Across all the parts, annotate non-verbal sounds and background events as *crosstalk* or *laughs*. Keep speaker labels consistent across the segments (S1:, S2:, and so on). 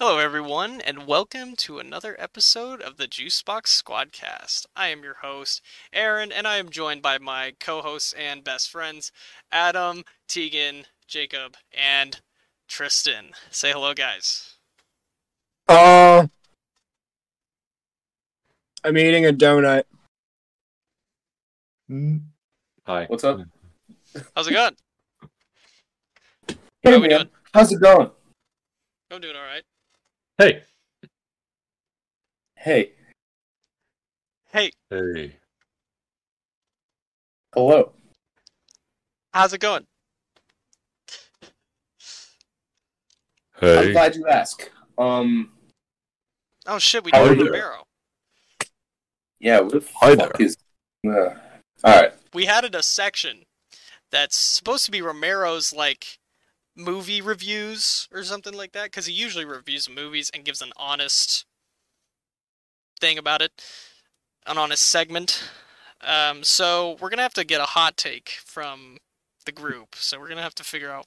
S1: everyone, and welcome to another episode of the Juicebox Squadcast. I am your host, Aaron, and I am joined by my co hosts and best friends, Adam, Tegan, Jacob, and Tristan. Say hello, guys.
S2: Uh, I'm eating a donut.
S3: Hi.
S4: What's up?
S1: How's it going?
S4: Hey
S1: How we
S4: man,
S1: doing?
S4: how's it going?
S1: I'm doing all right.
S3: Hey.
S4: Hey,
S1: Hey,
S3: Hey.
S4: hello.
S1: how's it going?
S4: I'm glad you asked. Um,
S1: Oh shit, we
S4: How
S1: do
S4: are
S1: it in a
S4: you?
S1: barrel.
S4: yeah. What the
S3: Hi
S4: fuck
S3: there.
S4: is? Uh, all right.
S1: we had it a section that's supposed to be Romero's like movie reviews or something like that because he usually reviews movies and gives an honest thing about it, an honest segment. Um, so we're gonna have to get a hot take from the group. So we're gonna have to figure out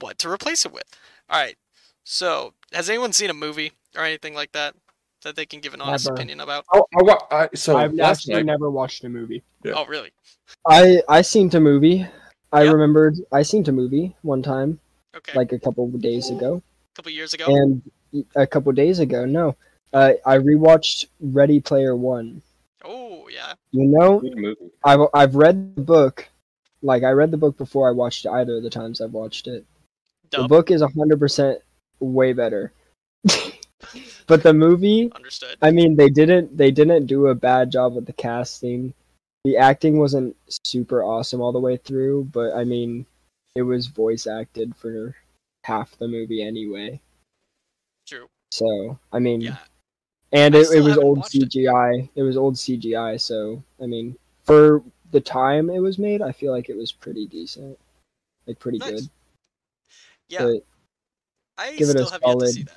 S1: what to replace it with. All right. So has anyone seen a movie or anything like that that they can give an honest
S5: Never.
S1: opinion about?
S3: Oh, I, wa- I, so
S5: I've
S3: last
S5: actually
S3: night,
S5: never watched a movie.
S3: Yeah.
S1: Oh, really?
S5: I I seen a movie. I
S1: Yeah.
S5: remembered I seen a movie one time,
S1: Okay.
S5: like a couple of days ago,
S1: a couple years ago.
S5: and a couple of days ago, no, uh, I rewatched Ready Player One.
S1: Oh, yeah.
S5: You know,
S4: movie.
S5: I've I've read the book, like I read the book before I watched it. Either of the times I've watched it, the
S1: Dub.
S5: book is hundred percent way better, *laughs* but the movie
S1: Understood.
S5: I mean, they didn't they didn't do a bad job with the casting. The acting wasn't super awesome all the way through, but I mean, it was voice acted for half the movie anyway.
S1: True.
S5: So I mean,
S1: Yeah.
S5: and
S1: I
S5: it, it
S1: still
S5: was
S1: haven't
S5: old
S1: watched it.
S5: CGI. It. was old CGI. So I mean, for the time it was made, I feel like it was pretty decent, like pretty
S1: Nice.
S5: good.
S1: Yeah.
S5: But
S1: I
S5: give it a
S1: still have yet to
S5: solid-
S1: see that.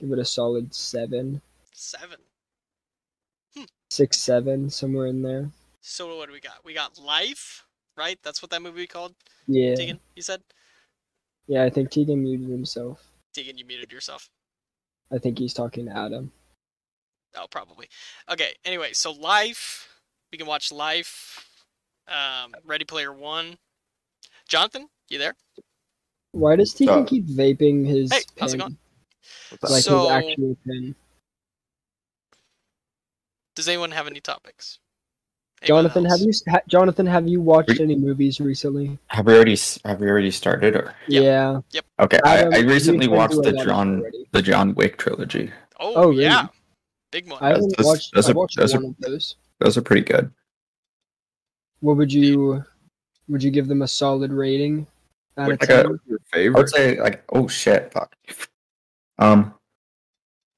S5: give it a solid seven,
S1: Seven.
S5: six, seven, somewhere in there.
S1: So what do we got? We got Life, right? That's what that movie called.
S5: Yeah,
S1: Tegan, you said.
S5: yeah. I think Tegan muted himself.
S1: Tegan, you muted yourself.
S5: I think he's talking to Adam.
S1: Oh, probably. Okay. Anyway, so Life. We can watch Life. Um, Ready Player One. Jonathan, you there?
S5: Why does Tegan
S3: Uh,
S5: keep vaping his
S1: Hey,
S5: pen?
S1: how's it going?
S5: Like
S1: So-
S5: his actual pen.
S1: Does anyone have any topics? Anyone
S5: Jonathan, have
S1: else?
S5: you s- ha- Jonathan, have you watched any movies recently?
S6: Have we already s- have we already started or
S1: Yeah.
S5: Yeah.
S6: okay?
S5: Adam,
S6: I, I
S5: we've
S6: recently
S5: been
S6: watched
S5: doing
S6: the
S5: that
S6: John
S5: already.
S6: the John Wick trilogy.
S1: Oh,
S5: Oh, really?
S1: yeah. Big one.
S5: I haven't
S6: Those-
S5: watched.
S6: those
S5: I
S6: are-
S5: watched
S6: those are-
S5: one of those.
S6: Those are pretty good.
S5: What would you? Would you give them a solid rating? Out of
S6: Like a-
S5: 10?
S3: Your
S6: I would
S3: favorite?
S6: say like oh shit, fuck. Um,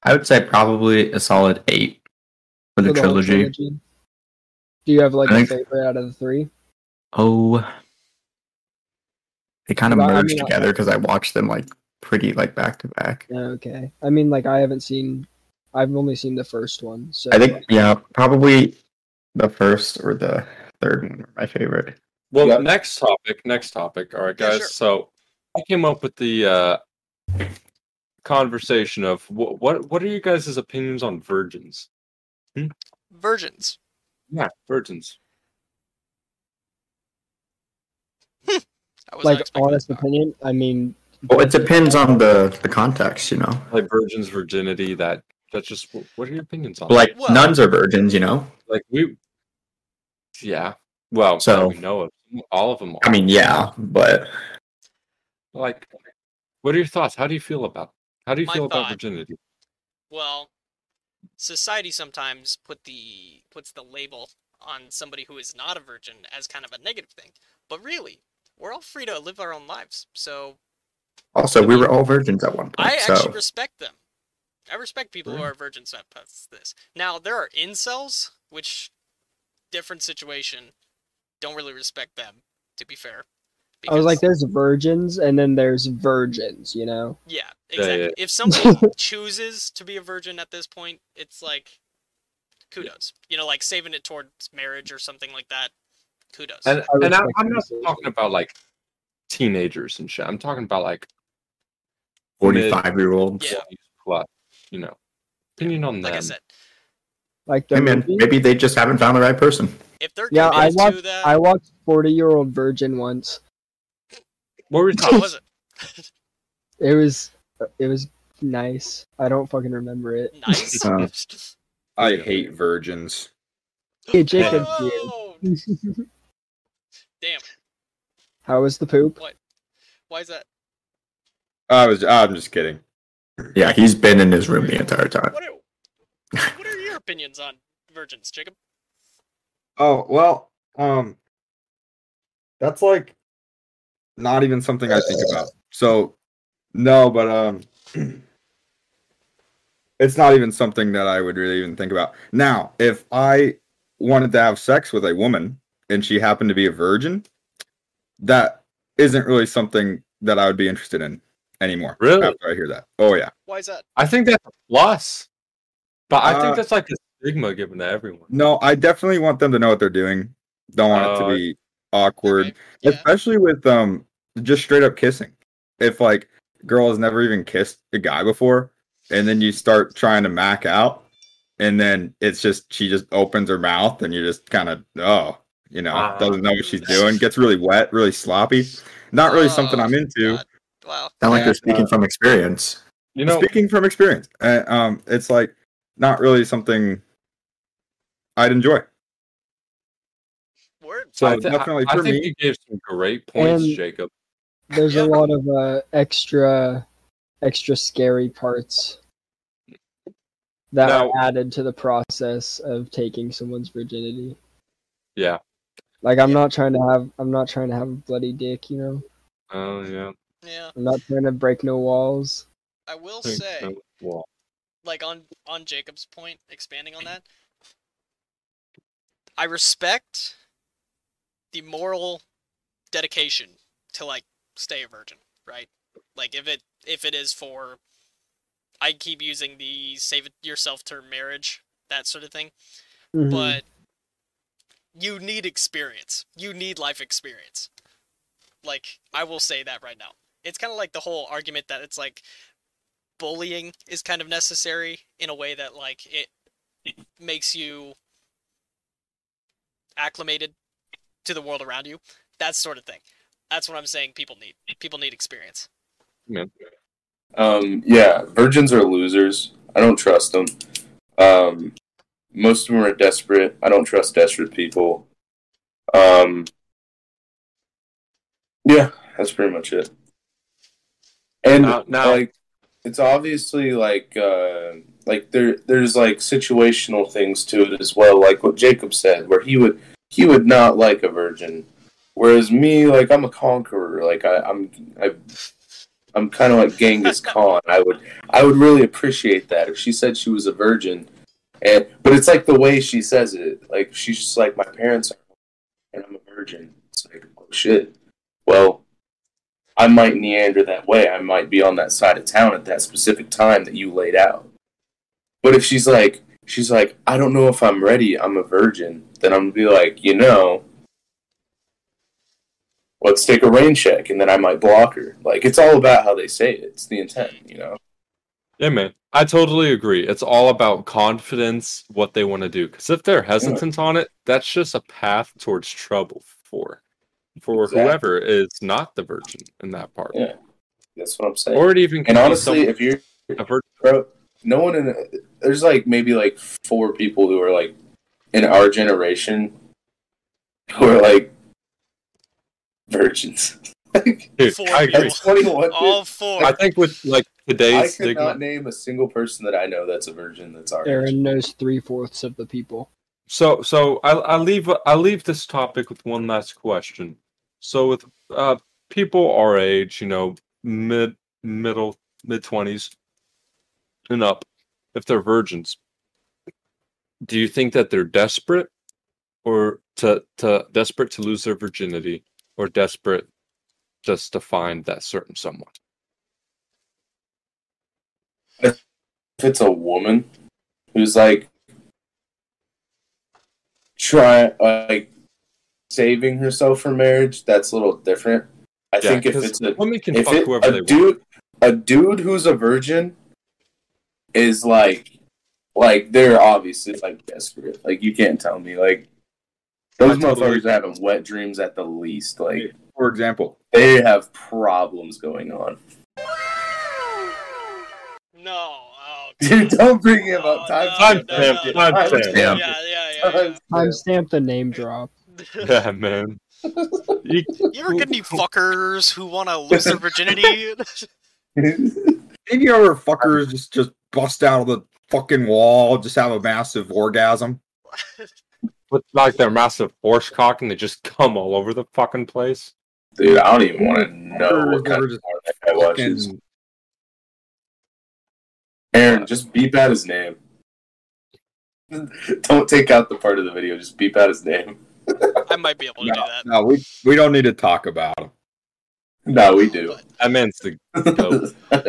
S6: I would say probably a solid eight for the,
S5: For the whole
S6: trilogy.
S5: trilogy? Do you have like
S6: I
S5: a
S6: think-
S5: favorite out of the three?
S6: Oh, they kind of
S5: Well, I
S6: merged
S5: mean, I-
S6: together because I watched them like pretty like back to back.
S5: Yeah, Okay. I mean, like I haven't seen. I've only seen the first one. So
S6: I think yeah, probably the first or the third one are my favorite.
S3: Well,
S4: Yep.
S3: next topic. Next topic. All right,
S1: Yeah,
S3: guys.
S1: sure.
S3: So I came up with the uh, conversation of what what what are you guys' opinions on virgins?
S1: Virgins.
S3: Yeah, virgins.
S1: I was not
S5: like
S1: expecting
S5: honest
S1: that.
S5: opinion. I mean,
S6: Well, it depends on the the context, you know.
S3: Like virgins virginity. That that's just wh- what are your opinions on?
S6: Like
S1: Well-
S6: nuns are virgins, you know.
S3: that? like we. Yeah. Well,
S6: So-
S3: we know of all of them. Are.
S6: I mean, yeah, but
S3: like, what are your thoughts? How do you feel about? How do you
S1: My
S3: feel about
S1: thought-
S3: virginity?
S1: well society sometimes put the puts the label on somebody who is not a virgin as kind of a negative thing but really we're all free to live our own lives so
S6: also we were all virgins at one point.
S1: i
S6: so
S1: actually respect them i respect people who
S6: Right.
S1: are virgins that pass this now there are incels which different situation don't really respect them to be fair
S5: I was
S1: because-
S5: like, there's virgins and then there's virgins, you know?
S1: Yeah,
S3: Yeah, yeah,
S1: exactly. If somebody
S3: *laughs*
S1: chooses to be a virgin at this point, it's like kudos. You know, like saving it towards marriage or something like that. Kudos.
S3: And,
S5: I
S3: and I,
S5: respect
S3: I'm
S5: that
S3: not
S5: decision.
S3: talking about like teenagers and shit. I'm talking about like
S6: 45 year olds.
S1: Yeah.
S3: plus, you know, opinion on
S1: Like I
S3: them.
S1: said,
S5: Like the
S6: Hey man,
S5: movie?
S6: maybe they just haven't found the right person.
S1: if they're
S5: Yeah, I
S1: committed to
S5: watched-
S1: that,
S5: I watched Forty Year Old Virgin once.
S3: what were your
S1: *laughs* oh,
S3: thoughts?
S1: was it
S5: It was it was nice. I don't fucking remember it.
S1: nice?
S5: *laughs*
S6: Uh,
S7: I hate virgins.
S5: Hey, Jacob,
S1: Whoa! Damn,
S5: How was the poop?
S1: why is that?
S7: I was. I'm just kidding.
S6: Yeah, he's been in his room the entire time.
S1: What are, what are your opinions on virgins, Jacob?
S7: Oh well, um, that's like not even something I think about. So no, but um, *clears throat* it's not even something that I would really even think about. Now, if I wanted to have sex with a woman and she happened to be a virgin, that isn't really something that I would be interested in anymore.
S3: Really?
S7: After I hear that, oh yeah,
S1: Why is that?
S3: I think that's a plus, but I
S7: Uh,
S3: think that's like a stigma given to everyone.
S7: no, I definitely want them to know what they're doing. Don't want it
S3: Oh,
S7: to be awkward.
S1: Okay, yeah.
S7: especially with um just straight up kissing if like girl has never even kissed a guy before and then you start trying to mac out and then it's just she just opens her mouth and you're just kind of oh you know
S3: Ah.
S7: doesn't know what she's doing gets really wet really sloppy not really something
S1: Oh,
S7: i'm into
S1: God. Wow.
S6: Sound like
S7: Yeah,
S6: you're speaking from experience.
S3: You know,
S7: speaking from experience uh, um it's like not really something i'd enjoy
S1: Word.
S3: so I
S7: so
S3: thi-
S7: definitely
S3: I, I
S7: for
S3: think
S7: me-
S3: you gave some great points,
S5: And-
S3: Jacob.
S5: There's
S1: Yeah.
S5: a lot of uh, extra extra scary parts that
S3: Now-
S5: are added to the process of taking someone's virginity.
S3: Yeah.
S5: Like I'm not trying to have I'm not trying to have a bloody dick, you know.
S3: Oh yeah.
S1: Yeah,
S5: I'm not trying to break no walls.
S1: I will
S3: Think
S1: say,
S3: so. Well,
S1: like on on Jacob's point, expanding on that. I respect the moral dedication to like stay a virgin, right? Like if it if it is for I keep using the save it yourself term marriage, that sort of thing.
S5: Mhm.
S1: but you need experience. You need life experience. Like I will say that right now. It's kind of like the whole argument that it's like bullying is kind of necessary in a way that like it makes you acclimated to the world around you. That sort of thing. That's what I'm saying people need. People need experience.
S3: man.
S4: Um, yeah, virgins are losers. I don't trust them. Um, most of them are desperate. I don't trust desperate people. Um, yeah, that's pretty much it. And
S3: Now- now-
S4: like, it's obviously like uh, like there there's like situational things to it as well. Like what Jacob said, where he would he would not like a virgin, whereas me like I'm a conqueror. Like I, I'm I, I'm kind of like Genghis Khan. I would I would really appreciate that if she said she was a virgin, and but it's like the way she says it. Like she's just like my parents are, and I'm a virgin. It's like oh shit. Well, I might meander that way. I might be on that side of town at that specific time that you laid out. But if she's like she's like I don't know if I'm ready. I'm a virgin. Then I'm gonna be like you know. Let's take a rain check, and then I might block her. Like it's all about how they say it. It's the intent, you know.
S3: Yeah, man. I totally agree. It's all about confidence, what they want to do. Because if they're hesitant on it, that's just a path towards trouble for for
S4: Exactly.
S3: whoever is not the virgin in that part.
S4: Yeah. That's what I'm saying.
S3: Or it even
S4: and
S3: be
S4: honestly,
S3: someone-
S4: if you're
S3: a virgin.
S4: bro, no one in there's like maybe like four people who are like in our generation who are like virgins. *laughs* like
S3: Dude,
S1: Four
S3: I
S1: people.
S3: agree.
S4: that's 21.
S1: All
S4: dude.
S1: four.
S3: I think with like
S4: I
S3: today's
S4: could
S3: stigma.
S4: not name a single person that I know that's a virgin that's our age.
S5: Aaron knows three fourths of the people.
S3: So so I I leave I leave this topic with one last question. So with uh people our age, you know, mid middle mid twenties and up, if they're virgins, do you think that they're desperate or to to desperate to lose their virginity or desperate just to find that certain someone?
S4: If it's a woman who's like try like saving herself for marriage, that's a little different. I think if
S3: 'cause
S4: it's a
S3: women can
S4: if
S3: fuck
S4: it,
S3: whoever
S4: a
S3: they want.
S4: dude, a dude who's a virgin is like like they're obviously like desperate. Like you can't tell me like those
S7: I totally-
S4: motherfuckers are having wet dreams at the least. Like
S7: For example,
S4: they have problems going on. *laughs*
S1: No. Oh,
S4: Dude, don't bring him up.
S1: Oh,
S4: Time
S1: no,
S3: Time
S1: no,
S3: stamp,
S1: no.
S3: time stamp.
S1: Yeah,
S6: Yeah.
S1: yeah, yeah.
S5: Timestamp the name drop.
S1: yeah.
S3: *laughs* Yeah, man. You-
S1: You ever get any fuckers who want to lose their virginity?
S7: any other fuckers just just bust out of the fucking wall, just have a massive orgasm.
S3: with like their massive horse cock and they just come all over the fucking place.
S4: Dude, I don't even want to know
S7: Fuckers
S4: what
S7: that
S4: kind
S7: are
S4: of
S7: just
S4: porn that guy watches.
S7: fucking-
S4: Aaron, just beep out his name. *laughs* don't take out the part of the video. Just beep out his name.
S1: I might be able to do that.
S7: No, we we don't need to talk about them.
S4: *laughs* No, we do.
S3: That man's the
S4: *laughs*
S3: goat.
S4: but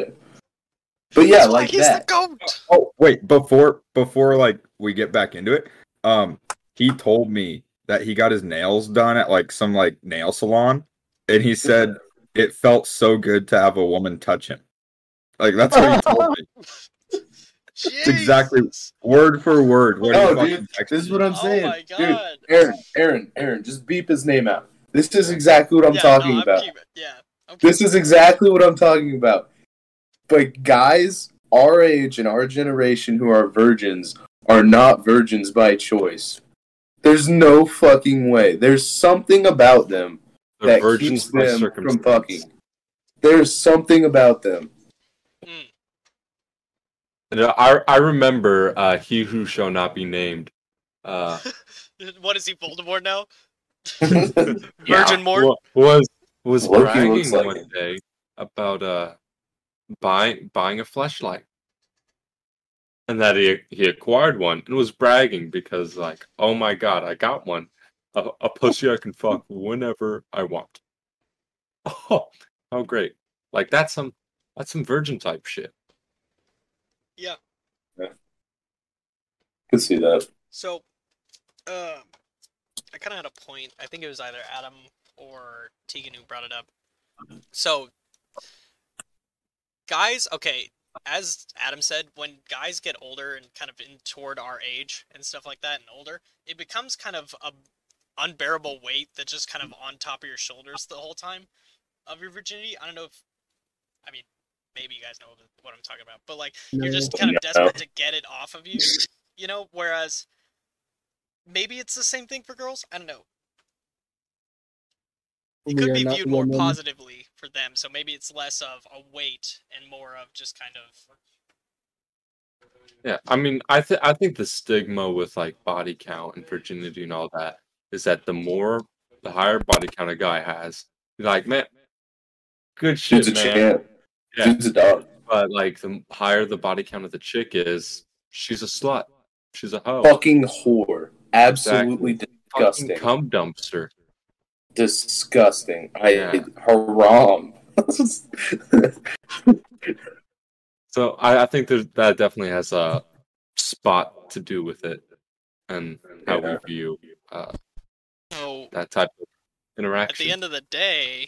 S4: yeah,
S1: That's why
S4: like
S1: he's
S4: that.
S1: the
S4: *laughs*
S1: goat.
S7: Oh wait, before before like we get back into it, um, he told me that he got his nails done at like some like nail salon, and he said it felt so good to have a woman touch him. Like that's what he told me,
S4: *laughs*
S1: Jeez.
S7: exactly word for word. What he
S4: No,
S7: fucking
S4: Oh, dude,
S7: texted
S4: this is
S7: me.
S4: what I'm
S1: Oh
S4: saying.
S1: my
S4: Dude,
S1: god.
S4: Aaron, Aaron, Aaron, just beep his name out. This is exactly what I'm
S1: Yeah,
S4: talking
S1: no,
S4: about.
S1: I'm keeping- yeah. I'm
S4: This
S1: keeping-
S4: is exactly what I'm talking about. But guys our age and our generation who are virgins are not virgins by choice. There's no fucking way. There's something about them
S3: They're
S4: that
S3: virgins
S4: virgins
S3: by
S4: keeps them from
S3: circumstance.
S4: fucking. There's something about
S3: *laughs*
S4: them.
S3: And uh, I I remember uh, he who shall not be named. Uh,
S1: *laughs* What is he, Voldemort now?
S4: Loki
S1: Virgin Mort?
S3: wa- was was
S4: Loki
S3: bragging
S4: looks like
S3: one
S4: him.
S3: day about uh buying buying a flashlight, and that he he acquired one and was bragging because like oh my god I got one a, a pussy I can fuck whenever I want. *laughs* Oh, how great! Like that's some that's some virgin type shit.
S4: can see that.
S1: So, um, I kind of had a point. I think it was either Adam or Tegan who brought it up. So, guys, okay, as Adam said, when guys get older and kind of in toward our age and stuff like that, and older, it becomes kind of a unbearable weight that's just kind of on top of your shoulders the whole time of your virginity. I don't know if, I mean, maybe you guys know what I'm talking about, but like you're just kind of
S4: No.
S1: desperate to get it off of you, you know. Whereas maybe it's the same thing for girls. I don't know. It could be viewed more positively for them, so maybe it's less of a weight and more of just kind of
S3: Yeah, I mean, I th- I think the stigma with like body count and virginity and all that is that the more the higher body count a guy has, you're like man, good shit,
S4: Dude's a
S3: man.
S4: champ.
S3: Yeah.
S4: Dude's a dog.
S3: But like the higher the body count of the chick is, she's a slut, she's a hoe,
S4: Fucking whore. Absolutely
S3: Fucking
S4: disgusting.
S3: cum dumpster.
S4: disgusting. I
S3: Yeah.
S4: haram.
S3: So I, I think there's, that definitely has a spot to do with it and how
S4: Yeah.
S3: we view uh,
S1: oh.
S3: that type of
S1: At
S3: interaction.
S1: the end of the day,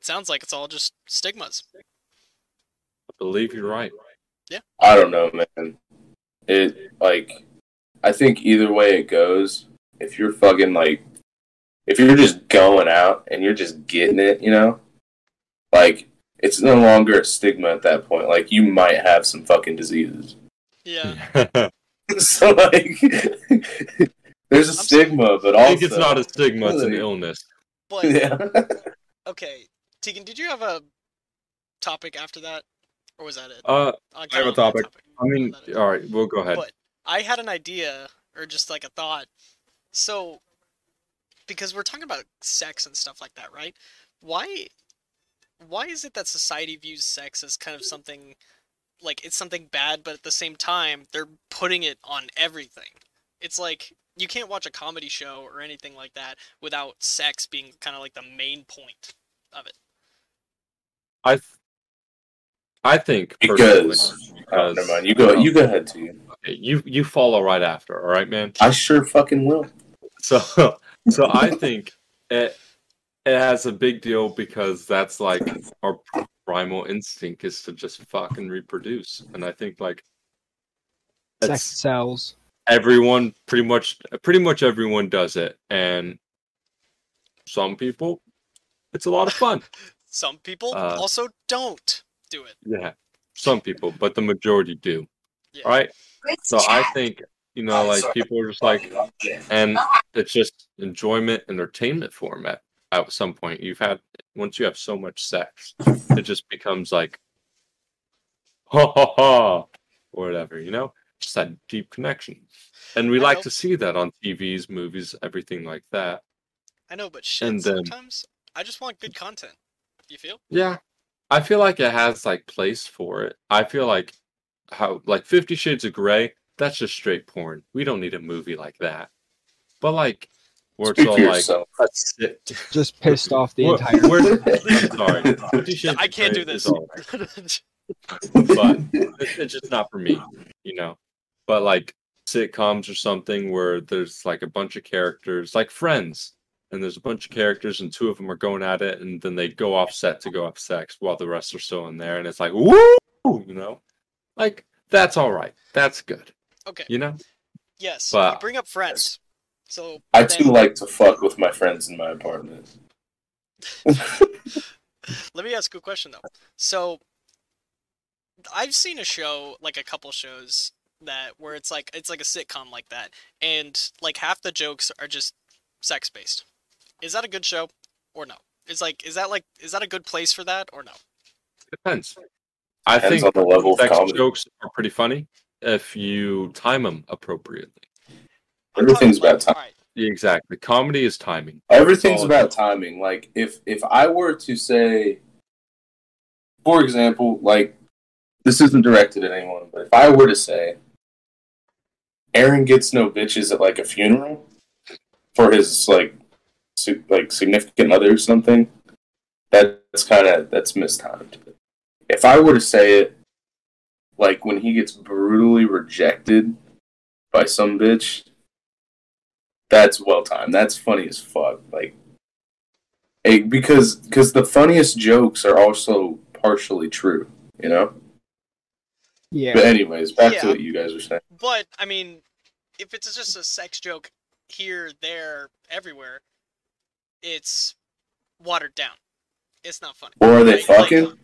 S1: it sounds like it's all just stigmas.
S3: I believe you're right.
S4: *laughs* I don't know, man. It like I think either way it goes, if you're fucking like if you're just going out and you're just getting it, you know? Like it's no longer a stigma at that point. Like you might have some fucking diseases. *laughs*
S1: Yeah,
S3: *laughs*
S4: so like *laughs* there's a
S1: I'm-
S4: stigma, but
S3: I
S4: also
S3: think it's not a stigma; it's an
S4: Really?
S3: illness.
S1: but
S4: *laughs* yeah.
S1: okay, Tegan, did you have a topic after that, or was that it?
S3: Uh,
S1: On-
S7: I have a
S1: on that
S7: topic.
S3: I mean,
S1: That is-
S3: all right, we'll go ahead.
S1: But I had an idea, or just like a thought. So, because we're talking about sex and stuff like that, right? Why, why is it that society views sex as kind of something, like it's something bad, but at the same time they're putting it on everything? It's like you can't watch a comedy show or anything like that without sex being kind of like the main point of it.
S3: I, th- I think personally,
S4: Because oh, never mind. You go you go ahead to you.
S3: okay, you you follow right after. All right, man.
S4: I sure fucking will.
S3: *laughs* So so I think it it has a big deal because that's like our primal instinct is to just fucking reproduce, and I think like
S5: Sex
S3: that's
S5: sells.
S3: everyone pretty much pretty much everyone does it, and some people it's a lot of fun.
S1: Some people
S3: Uh,
S1: also don't do it.
S3: Yeah, some people, but the majority do.
S1: Yeah.
S3: Right? So I think you know,
S4: I'm
S3: like
S4: sorry.
S3: people are just like, and it's just enjoyment, entertainment form at at some point. You've had once you have so much sex, it just becomes like, ha ha ha, or whatever. You know, just that deep connection, and we
S1: I
S3: like
S1: know.
S3: to see that on TVs, movies, everything like that.
S1: I know, but shit.
S3: And then-
S1: sometimes I just want good content. You feel?
S3: Yeah. I feel like it has like place for it. I feel like how like 50 shades of gray, that's just straight porn. We don't need a movie like that. But like where it's
S4: Speak
S3: all
S4: for
S3: like
S4: yourself.
S3: let's sit- *laughs*
S5: Just pissed off the
S3: Where-
S5: entire. *laughs*
S3: where- *laughs* I'm sorry. 50 Shades
S1: I
S3: of
S1: can't
S3: Grey
S1: do
S3: is
S1: this.
S3: all right,
S4: *laughs*
S3: but it's, it's just not for me, you know. But like sitcoms or something where there's like a bunch of characters, like Friends, and there's a bunch of characters, and two of them are going at it, and then they go off set to go have sex while the rest are still in there, and it's like, woo, you know, like that's all right, that's good,
S1: *laughs* okay.
S3: you know.
S1: Yes.
S3: Wow.
S1: You bring up friends. So
S4: I
S1: then
S4: too like to fuck with my friends in my apartment.
S1: let me ask you a question though. So I've seen a show, like a couple shows that where it's like it's like a sitcom like that, and like half the jokes are just sex based. Is that a good show or no? It's like is that like is that a good place for that or no?
S3: Depends. I
S4: Depends
S3: think
S4: on the level of
S3: sex
S4: comedy.
S3: jokes are pretty funny if you time them appropriately.
S1: I'm talking
S4: Everything's about time.
S1: alright,
S3: Yeah, Exactly. Comedy is timing.
S4: Everything's
S3: Oh,
S4: about timing. Like if if I were to say, for example, like this isn't directed at anyone, but if I were to say, Aaron gets no bitches at like a funeral for his like si- like significant other or something, that's kind of that's mistimed. If I were to say it, like when he gets brutally rejected by some bitch, that's well timed. That's funny as fuck. Like, it, because because the funniest jokes are also partially true. You know. But
S5: Yeah.
S4: anyways, back to
S1: Yeah.
S4: what you guys were saying.
S1: But I mean, if it's just a sex joke here, there, everywhere, it's watered down. It's not funny.
S4: Or are they
S1: Like- like,
S4: fucking?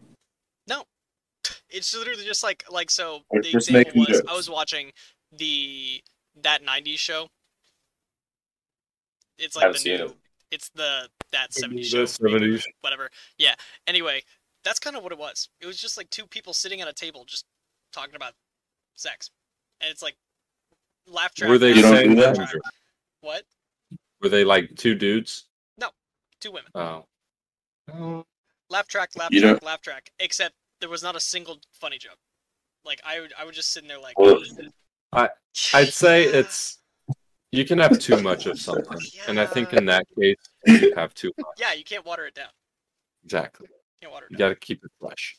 S1: *laughs* it's literally just like like so
S4: Or
S1: the
S4: just
S1: example was
S4: making
S1: I
S4: jokes.
S1: was watching the that '90s show. It's like
S4: Haven't
S1: the
S4: seen
S1: new,
S4: it.
S1: it's the that '70s
S3: The
S1: show,
S3: 70s.
S1: whatever. Yeah. Anyway, that's kind of what it was. It was just like two people sitting at a table just talking about sex, and it's like laugh track.
S3: Were they
S4: You
S1: after laugh
S3: saying
S4: don't do that?
S1: track.
S3: that?
S1: What?
S3: Were they like two dudes?
S1: Two women.
S3: Oh. Oh.
S1: Laugh track, laugh
S4: You
S1: track,
S4: don't-
S1: laugh track. Except there was not a single funny joke. Like I would, I would just sit in there like.
S4: Well,
S3: I'd say it's you can have too much of something. And I think in that case you have too much.
S1: Yeah, you can't water it down.
S3: Exactly.
S1: You can't water it
S3: You
S1: down.
S3: gotta keep it fresh.